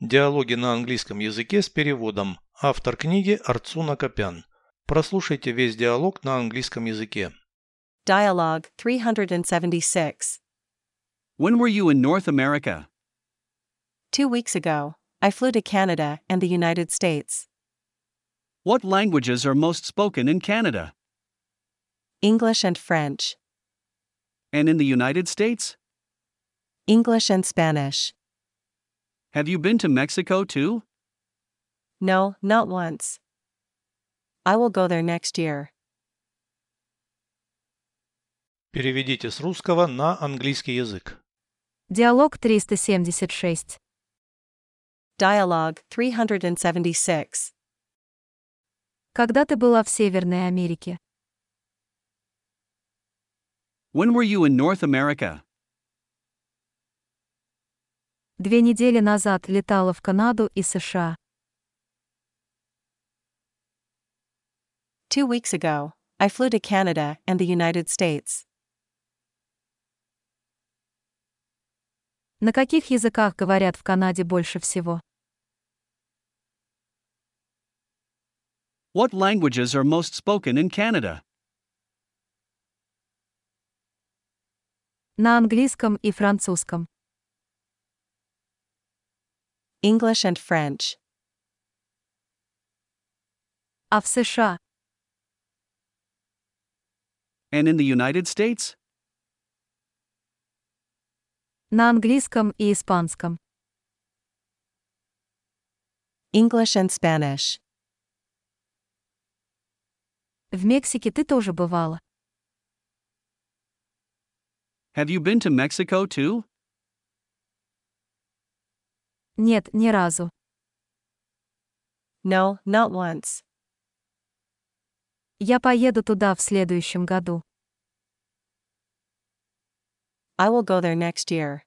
Диалоги на английском языке с переводом. Автор книги Арцуна Копян. Прослушайте весь диалог на английском языке. Dialogue 376. When were you in North America? Two weeks ago, I flew to Canada and the United States. What languages are most spoken in Canada? English and French. And in the United States? English and Spanish. Have you been to Mexico too? No, not once. I will go there next year. Переведите с русского на английский язык. Диалог 376. Dialogue 376. Когда ты была в Северной Америке? When were you in North America? Две недели назад летала в Канаду и США. Two weeks ago, I flew to Canada and the United States. На каких языках говорят в Канаде больше всего? What languages are most spoken in Canada? На английском и французском. English and French. А в США? And in the United States? На английском и испанском. English and Spanish. В Мексике ты тоже бывала. Have you been to Mexico too? Нет, ни разу. No, not once. Я поеду туда в следующем году. I will go there next year.